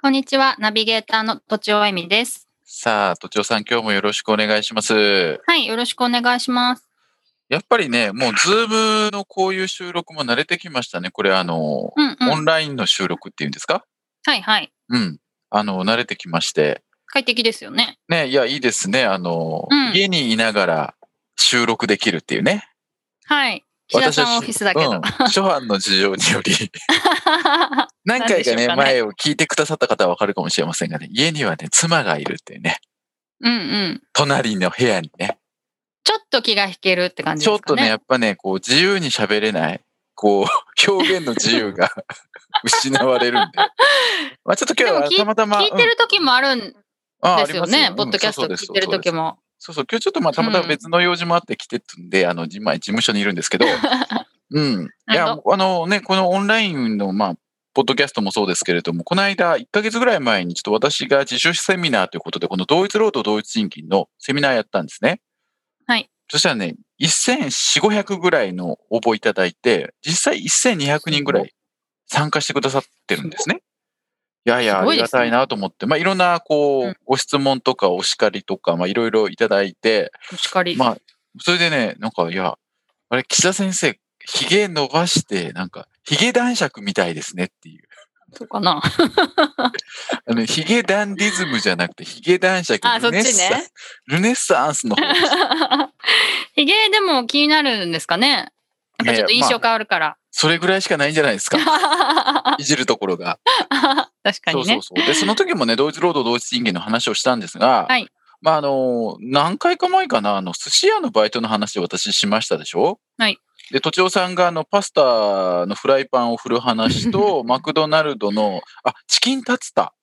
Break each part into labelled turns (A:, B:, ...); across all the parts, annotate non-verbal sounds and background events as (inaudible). A: こんにちはナビゲーターの土地尾恵美です
B: さあ、都庁さん、今日もよろしくお願いします。
A: はいよろしくお願いします
B: やっぱりね、もう、ズームのこういう収録も慣れてきましたね。これ、あの、
A: うんう
B: オ
A: ん
B: ンラインの収録っていうんですか
A: はいはい
B: うん。あの、慣れてきまして。
A: 快適ですよね
B: ね、いや、いいですね。あの、
A: うん
B: 家にいながら収録できるっていうね。
A: はい岸田さんはオフィスだけど、
B: うん初版の事情
A: (laughs)
B: により、
A: なん
B: 何回かね、
A: でしょうかね
B: 前を聞いてくださった方はわかるかもしれませんがね、家にはね、妻がいるっていうね、
A: うんうん
B: 隣の部屋にね、
A: ちょっと気が引けるって感じ
B: ちょ
A: で
B: っ
A: すか
B: とね、
A: ね
B: やっぱね、こう、自由に喋れない、こ
A: (laughs)
B: う、表現の自由が失われるんで。まあちょっと
A: で
B: 今
A: も
B: 日は
A: 聞い
B: たまたま、
A: 聞いてる時もあるんで
B: うんああ
A: す
B: り
A: よ
B: ま
A: ね、
B: うん
A: ポッドキャスト
B: そうです
A: 聞いてる時も
B: そうそう、今日ちょっとまあたまたま別の用事もあって来てたんで、あの、今、事務所にいるんです
A: (laughs)
B: けど、うん。い
A: な
B: や
A: る、
B: あのね、このオンラインの、まあ、ポッドキャストもそうですけれども、この間、1ヶ月ぐらい前に、ちょっと私が自主セミナーということで、この同一労働同一賃金のセミナーやったんですね。
A: はい。
B: そしたらね、1400、500ぐらいの応募いただいて、実際1200人ぐらい参加してくださってるんですね。いやいや、
A: す
B: あ
A: ごい
B: り
A: で
B: が
A: すね
B: たいなと思って、まあ、いろんな、こう、
A: うん
B: ご質問とかお叱りとか、まあ、いろいろいただいて、
A: お叱り、
B: まあ、それでね、なんか、いや、あれ、岸田先生、ひげ伸ばして、なんか、ひげ男爵みたいですねっていう。
A: そうかな (laughs)
B: あの、ひげダンディズムじゃなくて、ひげ男爵
A: あそ
B: ル
A: っ
B: ネッ
A: ち
B: サン
A: ね
B: ス、ルネッサンス
A: (laughs)
B: の方です。
A: ひげでも気になるんですかねやっぱちょっと印象変わるから、
B: それぐらいしかないんじゃないで
A: (laughs)
B: すか。いじるところが。
A: 確か
B: そ
A: に
B: うそ
A: ね
B: うそう。で、その時もね、同一労働同一賃金の話をしたんですが、
A: はい
B: まあ、あの、何回か前かな、あの、寿司屋のバイトの話を私しましたでしょ
A: はい。
B: で、都庁さんが、あの、パスタのフライパンを振る話と、
A: (laughs)
B: マクドナルドの、あ、チキンタツタ。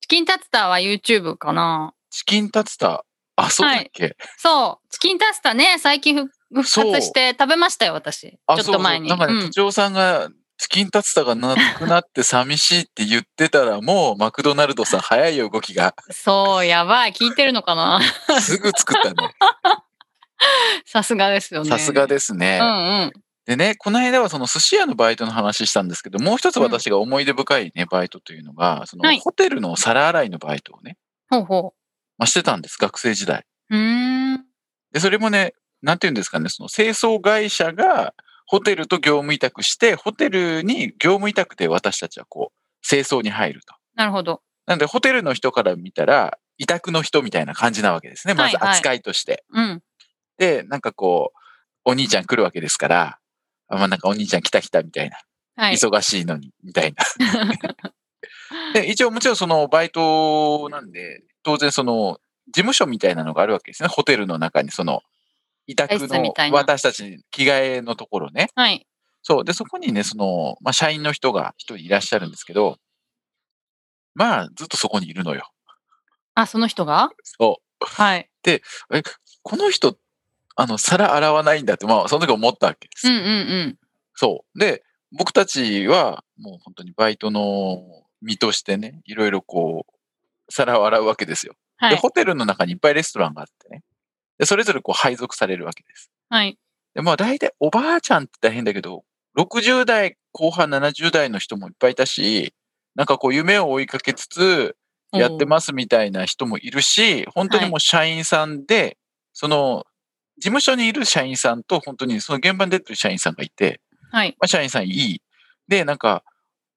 A: チキンタツタは YouTube かな
B: チキンタツタ。あ、そうだっけ、
A: そうチキンタツタね最近復復
B: そう
A: 活して食べましたよ私ちょ
B: あ、
A: っと前に
B: そうそうなんか
A: う
B: ね、都
A: ん
B: 庁さんが、チキンタツタがなくなって寂しいって言ってたら、もうマクドナ
A: (laughs)
B: ルドさん早いよ、動きが。
A: そうやばい聞いてるのかな (laughs)
B: すぐ作ったね。
A: さすがですよね
B: さすがですね。
A: うんうん
B: でね、この間はその寿司屋のバイトの話したんですけど、もう一つ私が思い出深いね、バイトというのが、そ
A: は
B: の
A: い
B: ホテルの皿洗いのバイトをね、
A: ほうほ
B: まあ、してたんです、学生時代。
A: ううーん
B: で、それもね、なんていうんですかね、その清掃会社がホテルと業務委託して、ホテルに業務委託で私たちはこう、清掃に入ると。
A: なるほど
B: なので、ホテルの人から見たら、委託の人みたいな感じなわけですね、まず
A: はいはい
B: 扱いとして。
A: うん
B: で、なんかこう、お兄ちゃん来るわけですから、あまあ、なんかお兄ちゃん来た来たみたいな。
A: はい
B: 忙しいのに、みたいな。
A: (laughs)
B: で、一応もちろんそのバイトなんで、当然その事務所みたいなのがあるわけですね。ホテルの中にその委託
A: 室み
B: の
A: たいな
B: 私たち着替えのところね。
A: はい
B: そう。で、そこにね、その、まあ、社員の人が一人いらっしゃるんですけど、まあ、ずっとそこにいるのよ。
A: あその人が
B: そ
A: はい。
B: う。え、この人、あの、皿洗わないんだって、まあ、その時思ったわけです。
A: うんうんうん。
B: そう。で、僕たちは、もう本当にバイトの身としてね、いろいろこう、皿を洗うわけですよ。
A: は
B: で、
A: い。
B: ホテルの中にいっぱいレストランがあってね。で、それぞれこう配属されるわけです。
A: はい。
B: で、まあ大体おばあちゃんって大変だけど、60代後半70代の人もいっぱいいたし、なんかこう夢を追いかけつつやってますみたいな人もいるし、本当にもう社員さんで、その事務所にいる社員さんと本当にその現場に出てる社員さんがいて、
A: す。はい。
B: まあ、社員さんいい。で、なんか、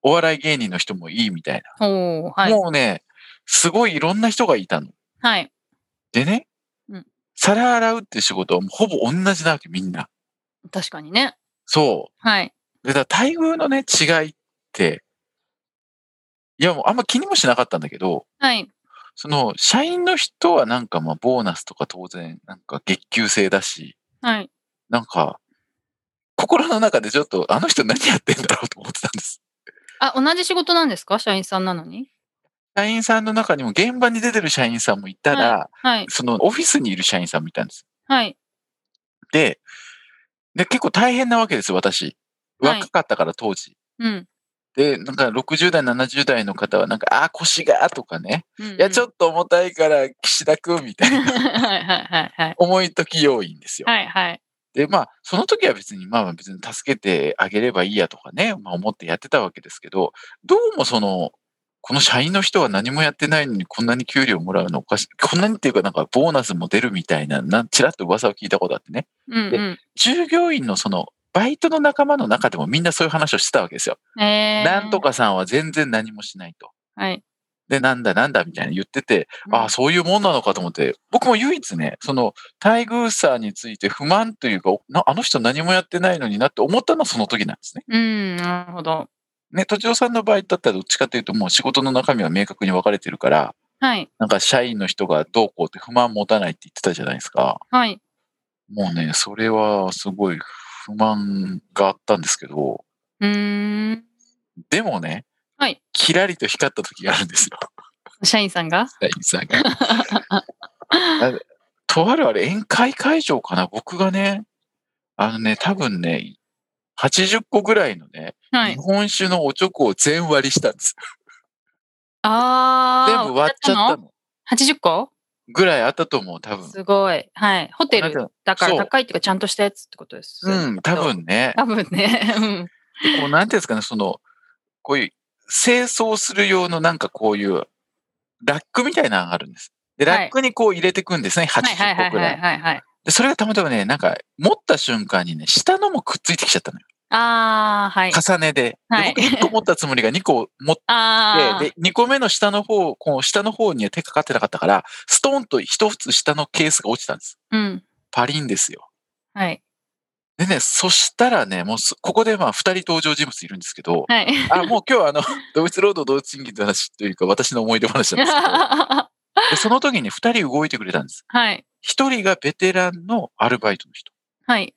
B: お笑い芸人の人もいいみたい
A: おー
B: な。
A: はい。
B: もうね、すごいいろんな人がいたの。
A: はい。
B: でね、
A: うん
B: 皿洗うって仕事はもうほぼ同じなわけ、みんな。
A: 確かにね。
B: そ
A: はい。
B: う。で、だから待遇のね、違いって、いやもうあんま気にもしなかったんだけど、
A: はい。
B: その、社員の人はなんかまあ、ボーナスとか当然、なんか月給制だし、
A: はい。
B: なんか、心の中でちょっと、あの人何やってんだろうと思ってたんです。
A: あ、同じ仕事なんですか社員さんなのに。
B: 社員さんの中にも現場に出てる社員さんもいたら、
C: はい。
B: そのオフィスにいる社員さんもいたんです。
C: はい。
B: で、で結構大変なわけです、私。
C: はい
B: 若かったから当時。
C: うん。
B: で、なんか60代、70代の方は、なんか、あー、腰がとかね、
C: い
B: いや、ちょ
C: っ
B: っと重たいから、岸田君みたい
C: と
B: な
C: (laughs) はいはいはいはい。
B: 重い時要因ですよ。
C: はいはい。
B: で、まあ、その時は別に、まあ別に助けてあげればいいやとかね、まあ思ってやってたわけですけど、どうもその、この社員の人は何もやってないのにこんなに給料もらうのおかしい。こんなにっていうかなんかボーナスも出るみたいな、なんちらっと噂を聞いたことあってね。
C: うん
B: 従業員のその、バイトの仲間の中でもみんなそういう話をしてたわけですよ。
C: うん。えー。
B: なんと。かさんは全然何もしないと。
C: はい。
B: で、なんだなんだみたいな言ってて、ああ、そういうもんなのかと思って、僕も唯一ね、その、待遇差について不満というか、なあの人何もやってないのになって思ったのはその時なんですね。
C: うん、なるほど。
B: ね、とちおさんの場合だったらどっちかというともう仕事の中身は明確に分かれてるから、
C: はい。
B: なんか社員の人がどうこうって不満持たないって言ってたじゃないですか。
C: はい。
B: もうね、それはすごい不満があったんですけど、
C: うーん。
B: でもね、
C: はい
B: キラリと光った時があるんですよ。
C: 社員さんが
B: 社員さんが。とあるあれ、宴会会場かな僕がね、あのね、多分ね、80個ぐらいのね、
C: はい
B: 日。本酒のおチョコを全割りしたんです。
C: ああ。
B: 全部割っちゃったの
C: 八十個
B: ぐらいあったと思う、多分。
C: すごい。はい。ホテルだか
B: そ
C: ら
B: う
C: 高いっていうか、ちゃんとしたやつってことです。
B: うん、多。分ね。
C: 多分ね。うん。
B: でこう、なんていうんですかね、その、こういう、清掃する用のなんかこういう、ラックみたいなのがあるんです。で、
C: はい
B: ラックにこう入れていくんですね、
C: はいはいは
B: 80
C: い
B: 個ぐ
C: は
B: ら
C: い
B: い。
C: はいはい。
B: で、それがたまたまね、なんか、持った瞬間にね、下のもくっついてきちゃったのよ。
C: ああ、はい。
B: 重ねで。
C: は
B: で
C: い
B: 僕1個持ったつもりが2個持っ
C: (laughs) ああ。
B: で、で、2個目の下の方、こう下の方には手かかってなかったから、ストーンと一つ下のケースが落ちたんです。
C: うん。
B: パリンですよ。
C: はい。
B: でね、そしたらね、もうす、ここでまあ、二人登場人物いるんですけ
C: (laughs)
B: ど、
C: はい。
B: あ、もう今日はあの、同一労働同一賃金の話というか、私の思い出話なんです
C: (laughs)
B: けどで、その時に二人動いてくれたんです。
C: はい。
B: 一人がベテランのアルバイトの人。
C: はい。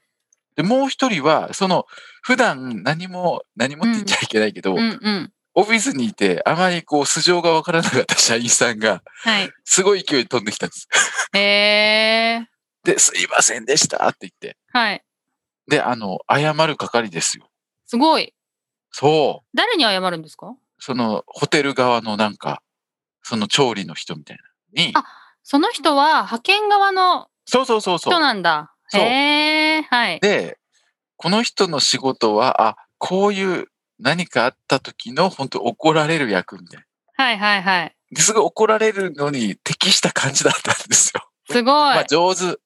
B: で、もう一人は、その、普段何も、何もって言っちゃいけないけど、
C: うんうん。
B: オフィスにいて、あまりこう、素性がわからなかった社員さんが、
C: はい。
B: すごい勢いで飛んできたんです。
C: へえ。
B: で、すいませんでしたって言って。
C: はい。
B: で、あの、謝る係ですよ。
C: すごい。
B: そ
C: 誰に謝るんですか
B: う。その、ホテル側のなんか、その調理の人みたいなのに
C: あ。その人は派遣側の
B: そうそうそうそ
C: 人
B: う。
C: なんだ。
B: そう
C: へえ。はい。
B: で、この人の仕事は、あ、こういう何かあった時の本当怒られる役みたいな。
C: はいはいはい。
B: ですごい怒られるのに適した感じだったんですよ。
C: すごい。は
B: まあ
C: い
B: 上手。す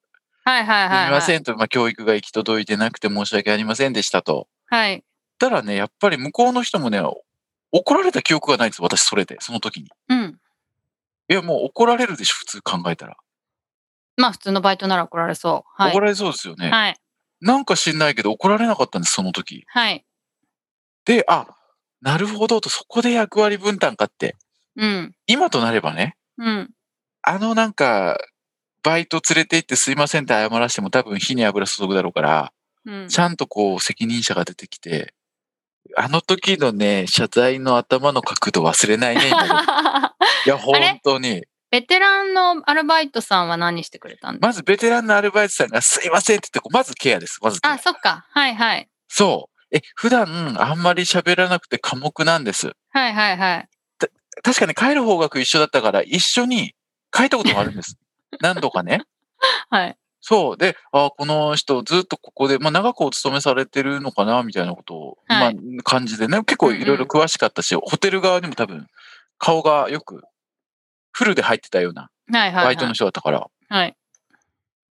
C: はいはい
B: み
C: はい。
B: ませんと、まあ教育が行き届いてなくて申し訳ありませんでしたと。
C: はい。
B: たらね、やっぱり向こうの人もね、怒られた記憶がないんです私それで、その時に。
C: うん。
B: いや、もう怒られるでしょ、普通考えたら。
C: まあ普通のバイトなら怒られそう。は
B: 怒
C: い。
B: られそうですよね。
C: はい。
B: なんか知んないけど怒られなかったんです、その時。
C: はい。
B: で、あ、なるほどと、そこで役割分担かって。
C: うん。
B: 今となればね、
C: うん。
B: あのなんか、バイト連れて行ってすいませんって謝らしても多分火に油注ぐだろうから、
C: うん。
B: ちゃんとこう責任者が出てきて、あの時のね、謝罪の頭の角度忘れないね。今で
C: (laughs)
B: もいや、本
C: れ
B: 当に。
C: ベテランのアルバイトさんは何してくれたんですか、
B: まずベテランのアルバイトさんがすいませんって言ってこう、まずケアです。まずケア
C: あ、そっか。はいはい。
B: そう。え、普段あんまり喋らなくて寡黙なんです。
C: はいはいはい。
B: 確かに帰る方角一緒だったから、一緒に帰ったこともあるん
C: (laughs)
B: です。何度かね。
C: はい。
B: そう。で、あこの人ずっとここで、まあ長くお勤めされてるのかな、みたいなことを、
C: は
B: まあ感じでね、結構いろいろ詳しかったし、ホテル側にも多分顔がよくフルで入ってたような
C: はいはい、はい。
B: バイトの人だったから、
C: はい。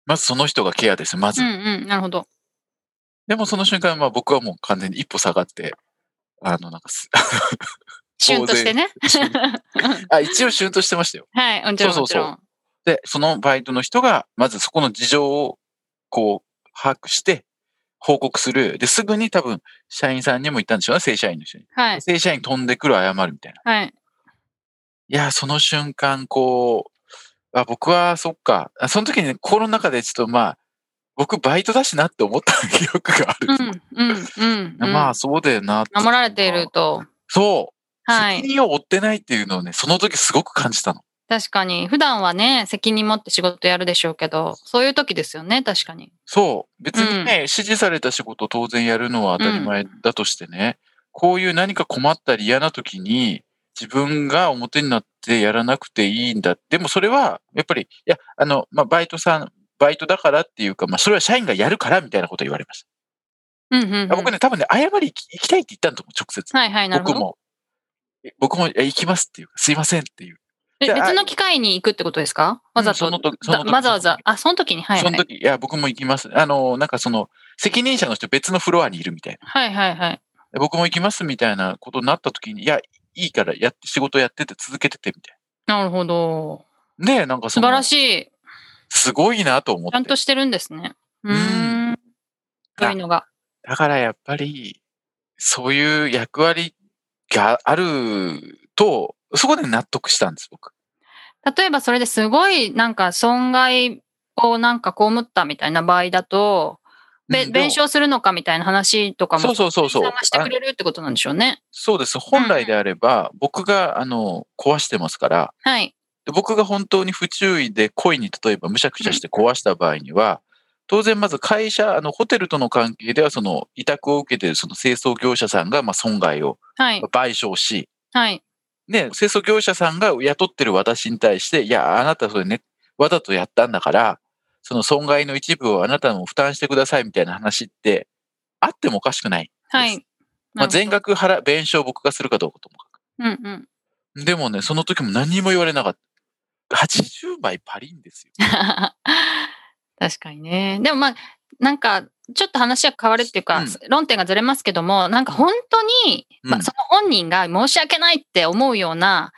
B: まずその人がケアです、まず。
C: うんうん。なるほど。
B: でもその瞬間、まあ僕はもう完全に一歩下がって、あの、なんかす、 (laughs)
C: シュンとしてね。
B: あ、一応シュンとしてましたよ。
C: はい。もちろん
B: そ
C: も
B: う
C: ち
B: そう
C: ろ
B: そ
C: ん。
B: うで、そのバイトの人が、まずそこの事情を、こう、把握して、報告する。で、すぐに多分、社員さんにも言ったんでしょうね、正社員の人に。
C: はい。
B: 正社員飛んでくる、謝るみたいな。
C: はい。
B: いやー、その瞬間、こう、あ、僕は、そっか。あその時に、ね、心の中でちょっとまあ、僕バイトだしなって思った記憶がある
C: う。んうんうん、うん。
B: まあ、そうだよなって
C: 守られている。と。
B: そう。
C: はい
B: 責任を負ってないっていうのをね、その時すごく感じたの。
C: 確かに。普段はね、責任持って仕事やるでしょうけど、そういう時ですよね、確かに。
B: そう。別にね、指示された仕事を当然やるのは当たり前だとしてね、こういう何か困ったり嫌な時に、自分が表になってやらなくていいんだ。でもそれは、やっぱり、いや、あの、まあ、バイトさん、バイトだからっていうか、まあ、それは社員がやるからみたいなこと言われました。
C: うんうん、うん。
B: あ僕ね、多分ね、謝り行き行きたいって言ったんだと思う、直接。
C: はいはい、なるほ
B: 僕
C: ど。
B: も。え僕も、いや行きますっていうか、すいませんっていう。
C: え
B: じゃあ
C: 別の機会に行くってことですかわざと。
B: うんその時その時
C: だわざわざ。あ、その時に、はい、は
B: そ
C: い
B: の。時、いや、僕も行きます。あの、なんかその、責任者の人別のフロアにいるみたいな。
C: はいはいはい。
B: で僕も行きますみたいなことになった時に、いや、いいからやって、仕事やってて続けててみたい
C: なるほど。
B: な。ねえ、なんかそ
C: 素
B: の、
C: 晴らしい。
B: すごいなと思
C: ちゃ
B: っ
C: ん
B: て
C: と。してるんですね。うーん。そういうのが。
B: だからやっぱり、そういう役割があると、そこで納得したんです、僕。
C: 例えばそれですごいなんか損害をなんか被ったみたいな場合だと、べ
B: うんでも
C: 弁償するのかみたいな話とかも、
B: そうそうそうそう
C: 弁償はしてくれるってことなんでしょうね。
B: そうです。本来であれば、僕が、あの、壊してますから、
C: はい。
B: で僕が本当に不注意で故意に例えばむしゃくしゃして壊した場合には、当然まず会社、あの、ホテルとの関係では、その、委託を受けているその清掃業者さんが、まあ、損害を
C: はい。
B: 賠償し、
C: はい。
B: ね、清掃業者さんが雇ってる私に対して、いや、あなたそれね、わざとやったんだから、その損害の一部をあなたも負担してくださいみたいな話って、あってもおかしくない。
C: はい。
B: まあ、
C: なる
B: 全
C: ほど。
B: 額払、弁償を僕がするかどうかともかく。
C: うんうん。 (laughs)
B: でもね、その時も何にも言われなかった。80枚パリンですよ。
C: 確かにね。でもまあ、なんか、ちょっと話は変わるっていうか、
B: うん
C: 論点がずれますけども、なんか本当に、
B: うん
C: まあその本人が申し訳ないって思うような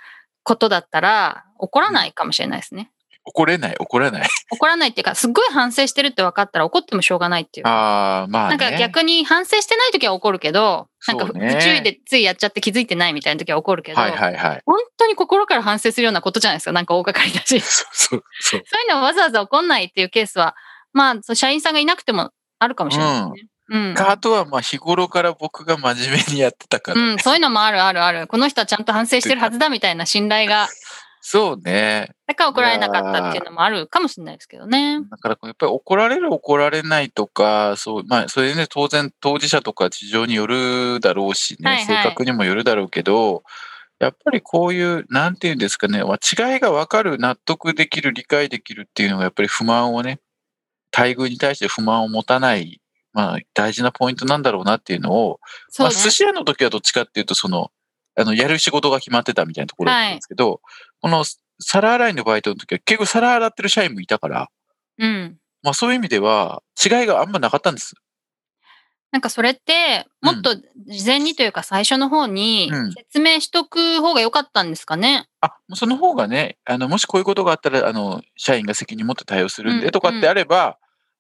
C: ことだったら、怒らないかもしれないですね。
B: 怒れない、怒
C: (laughs)
B: れない。
C: 怒らないっていうか、すっごい反省してるって分かったら怒ってもしょうがないっていう。
B: ああ、まあ、
C: な
B: ね。
C: んか逆に反省してない時は怒るけど、なんか
B: そ
C: 不
B: うね
C: 注意でついやっちゃって気づいてないみたいな時は怒るけど、
B: はいはい
C: (laughs)
B: はい。
C: 本当に心から反省するようなことじゃないですか。なんか大掛かりだし。 (laughs)
B: そうそうそう。
C: そういうのをわざわざ怒んないっていうケースは、まあ、そう社員さんがいなくてもあるかもしれないですね。うん。うん
B: かあとは、まあ、日頃から僕が真面目にやってたから。
C: そういうのもあるあるある。この人はちゃんと反省してるはずだみたいな信頼が、
B: そうね。
C: だから怒られなかったっていうのもあるかもしれないですけどね。
B: だから、やっぱり怒られる、怒られないとか、そう、まあ、それでね、当然、当事者とか事情によるだろうしね、
C: はいはい
B: 性格にもよるだろうけど、やっぱりこういう、なんていうんですかね、わ違いが分かる、納得できる、理解できるっていうのが、やっぱり不満をね、待遇に対して不満を持たない、まあ、大事なポイントなんだろうなっていうのを、
C: そう
B: まあ、
C: ね。
B: 寿司屋の時はどっちかっていうと、その、あの、やる仕事が決まってたみたいなところだったんですけど、この皿洗いのバイトの時は結構皿洗ってる社員もいたから、
C: うん。
B: まあそういう意味では違いがあんまなかったんです。
C: なんかそれって、もっと事前にというか最初の方に
B: うん
C: 説明しとく方が良かったんですかね。
B: あ、もうその方がね、あの、もしこういうことがあったら、あの、社員が責任持って対応するん
C: う
B: で
C: ん
B: とかってあれば、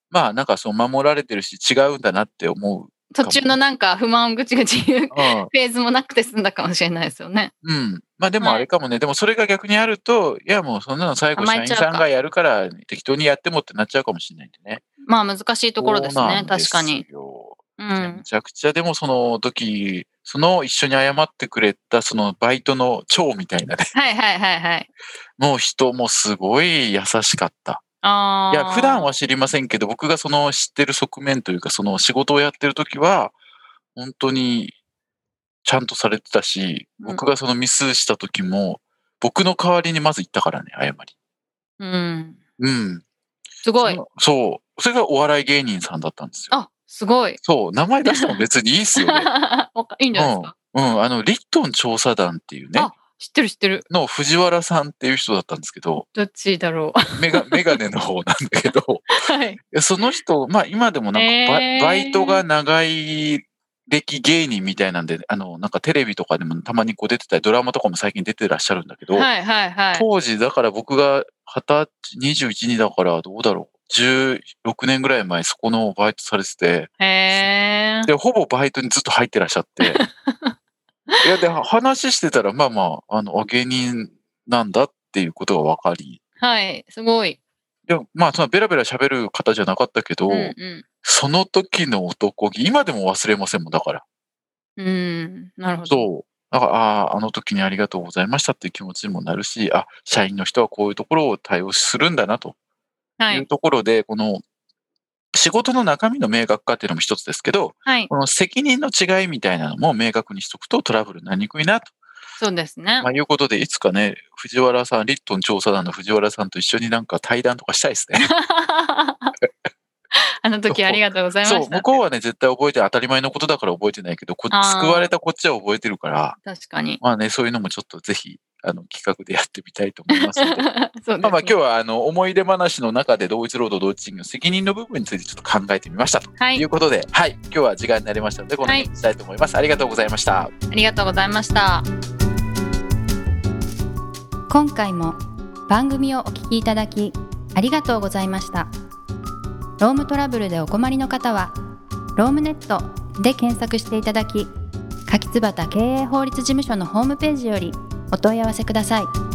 B: まあなんかそう守られてるし違うんだなって思う。
C: 途中のなんか不満をぐちぐち言う (laughs) フ
B: うん。
C: ェーズもなくて済んだかもしれないですよね。
B: うん。まあでもあれかもね、でもそれが逆にあると、いやもうそんなの最後
C: 甘
B: 社
C: え
B: 員
C: ちゃう
B: さん
C: か
B: がやるから適当にやってもってなっちゃうかもしれないんでね。
C: まあ難しいところです
B: そうな
C: ね。
B: ん
C: 確かに。
B: ですよ
C: う
B: め
C: ん。
B: ちゃくちゃでもその時、その一緒に謝ってくれたそのバイトの長みたいなね、 (laughs)
C: はいはいはいはい。
B: もう人もすごい優しかった。
C: あ
B: い
C: あ。
B: や、普段は知りませんけど、僕がその知ってる側面というか、その仕事をやってる時は、本当にちゃんとされてたし、
C: うん
B: 僕がそのミスした時も、僕の代わりにまず言ったからね、謝り。
C: うん。
B: うん。
C: すごい
B: そ。のそう。それがお笑い芸人さんだったんですよ。
C: あ、すごい。
B: そう。名前出しても別にいいっすよね。
C: (laughs) わかいいんじゃないですか。
B: うん、あの、リットン調査団っていうね
C: あ、知ってる知ってる。
B: の藤原さんっていう人だったんですけど、
C: どっちだ (laughs) ろう。
B: メガ、 (laughs) メガネの方なんだけど、
C: はい。
B: いやその人、まあ今でもなんかバ,、
C: へー
B: バイトが長い歴芸人みたいなんで、あの、なんかテレビとかでもたまにこう出てたり、ドラマとかも最近出てらっしゃるんだけど、
C: はいはいはい。
B: 当時、だから僕が20歳、21、2だからどうだろう。16年ぐらい前、そこのバイトされてて、
C: へえ。
B: (laughs) で、ほぼバイトにずっと入ってらっしゃって。いや、で、話してたら、まあまあ、あの、あ芸人なんだっていうことが分かり。
C: はい。すごい。
B: でも、まあ、そのベラベラ喋る方じゃなかったけど、
C: うんう
B: その時の男気、今でも忘れませんもん、だから。
C: ん。うん。なるほど。
B: そう。だから、ああ、あの時にありがとうございましたっていう気持ちにもなるし、あ、社員の人はこういうところを対応するんだなと
C: はいい。
B: うところで、この仕事の中身の明確化っていうのも一つですけど、
C: はい。
B: この責任の違いみたいなのも明確にしとくとトラブルになりにくいなと、
C: そうですね
B: ま。あ、いうことで、いつかね、藤原さん、リットン調査団の藤原さんと一緒になんか対談とかしたいですね。
C: (laughs) あの時ありがとうございまし
B: (laughs)
C: た。
B: そう、向こうはね、絶対覚えて当たり前のことだから覚えてないけど、こ
C: あー
B: 救われたこっちは覚えてるから、
C: 確かに。
B: まあね、そういうのもちょっとぜひ、あの、企画でやってみたいと思いますの (laughs) で。
C: そうですね
B: まあまあ今日はあの思い出話の中で同一労働同一賃金の責任の部分についてちょっと考えてみましたと
C: はいい。
B: うことで、はい、今日は時間になりましたのでこの辺にしたいと思います。ありがとうございました。
C: ありがとうございました。
A: 今回も番組をお聞きいただきありがとうございましたロームトラブルでお困りの方はロームネットで検索していただき柿椿経営法律事務所のホームページよりお問い合わせください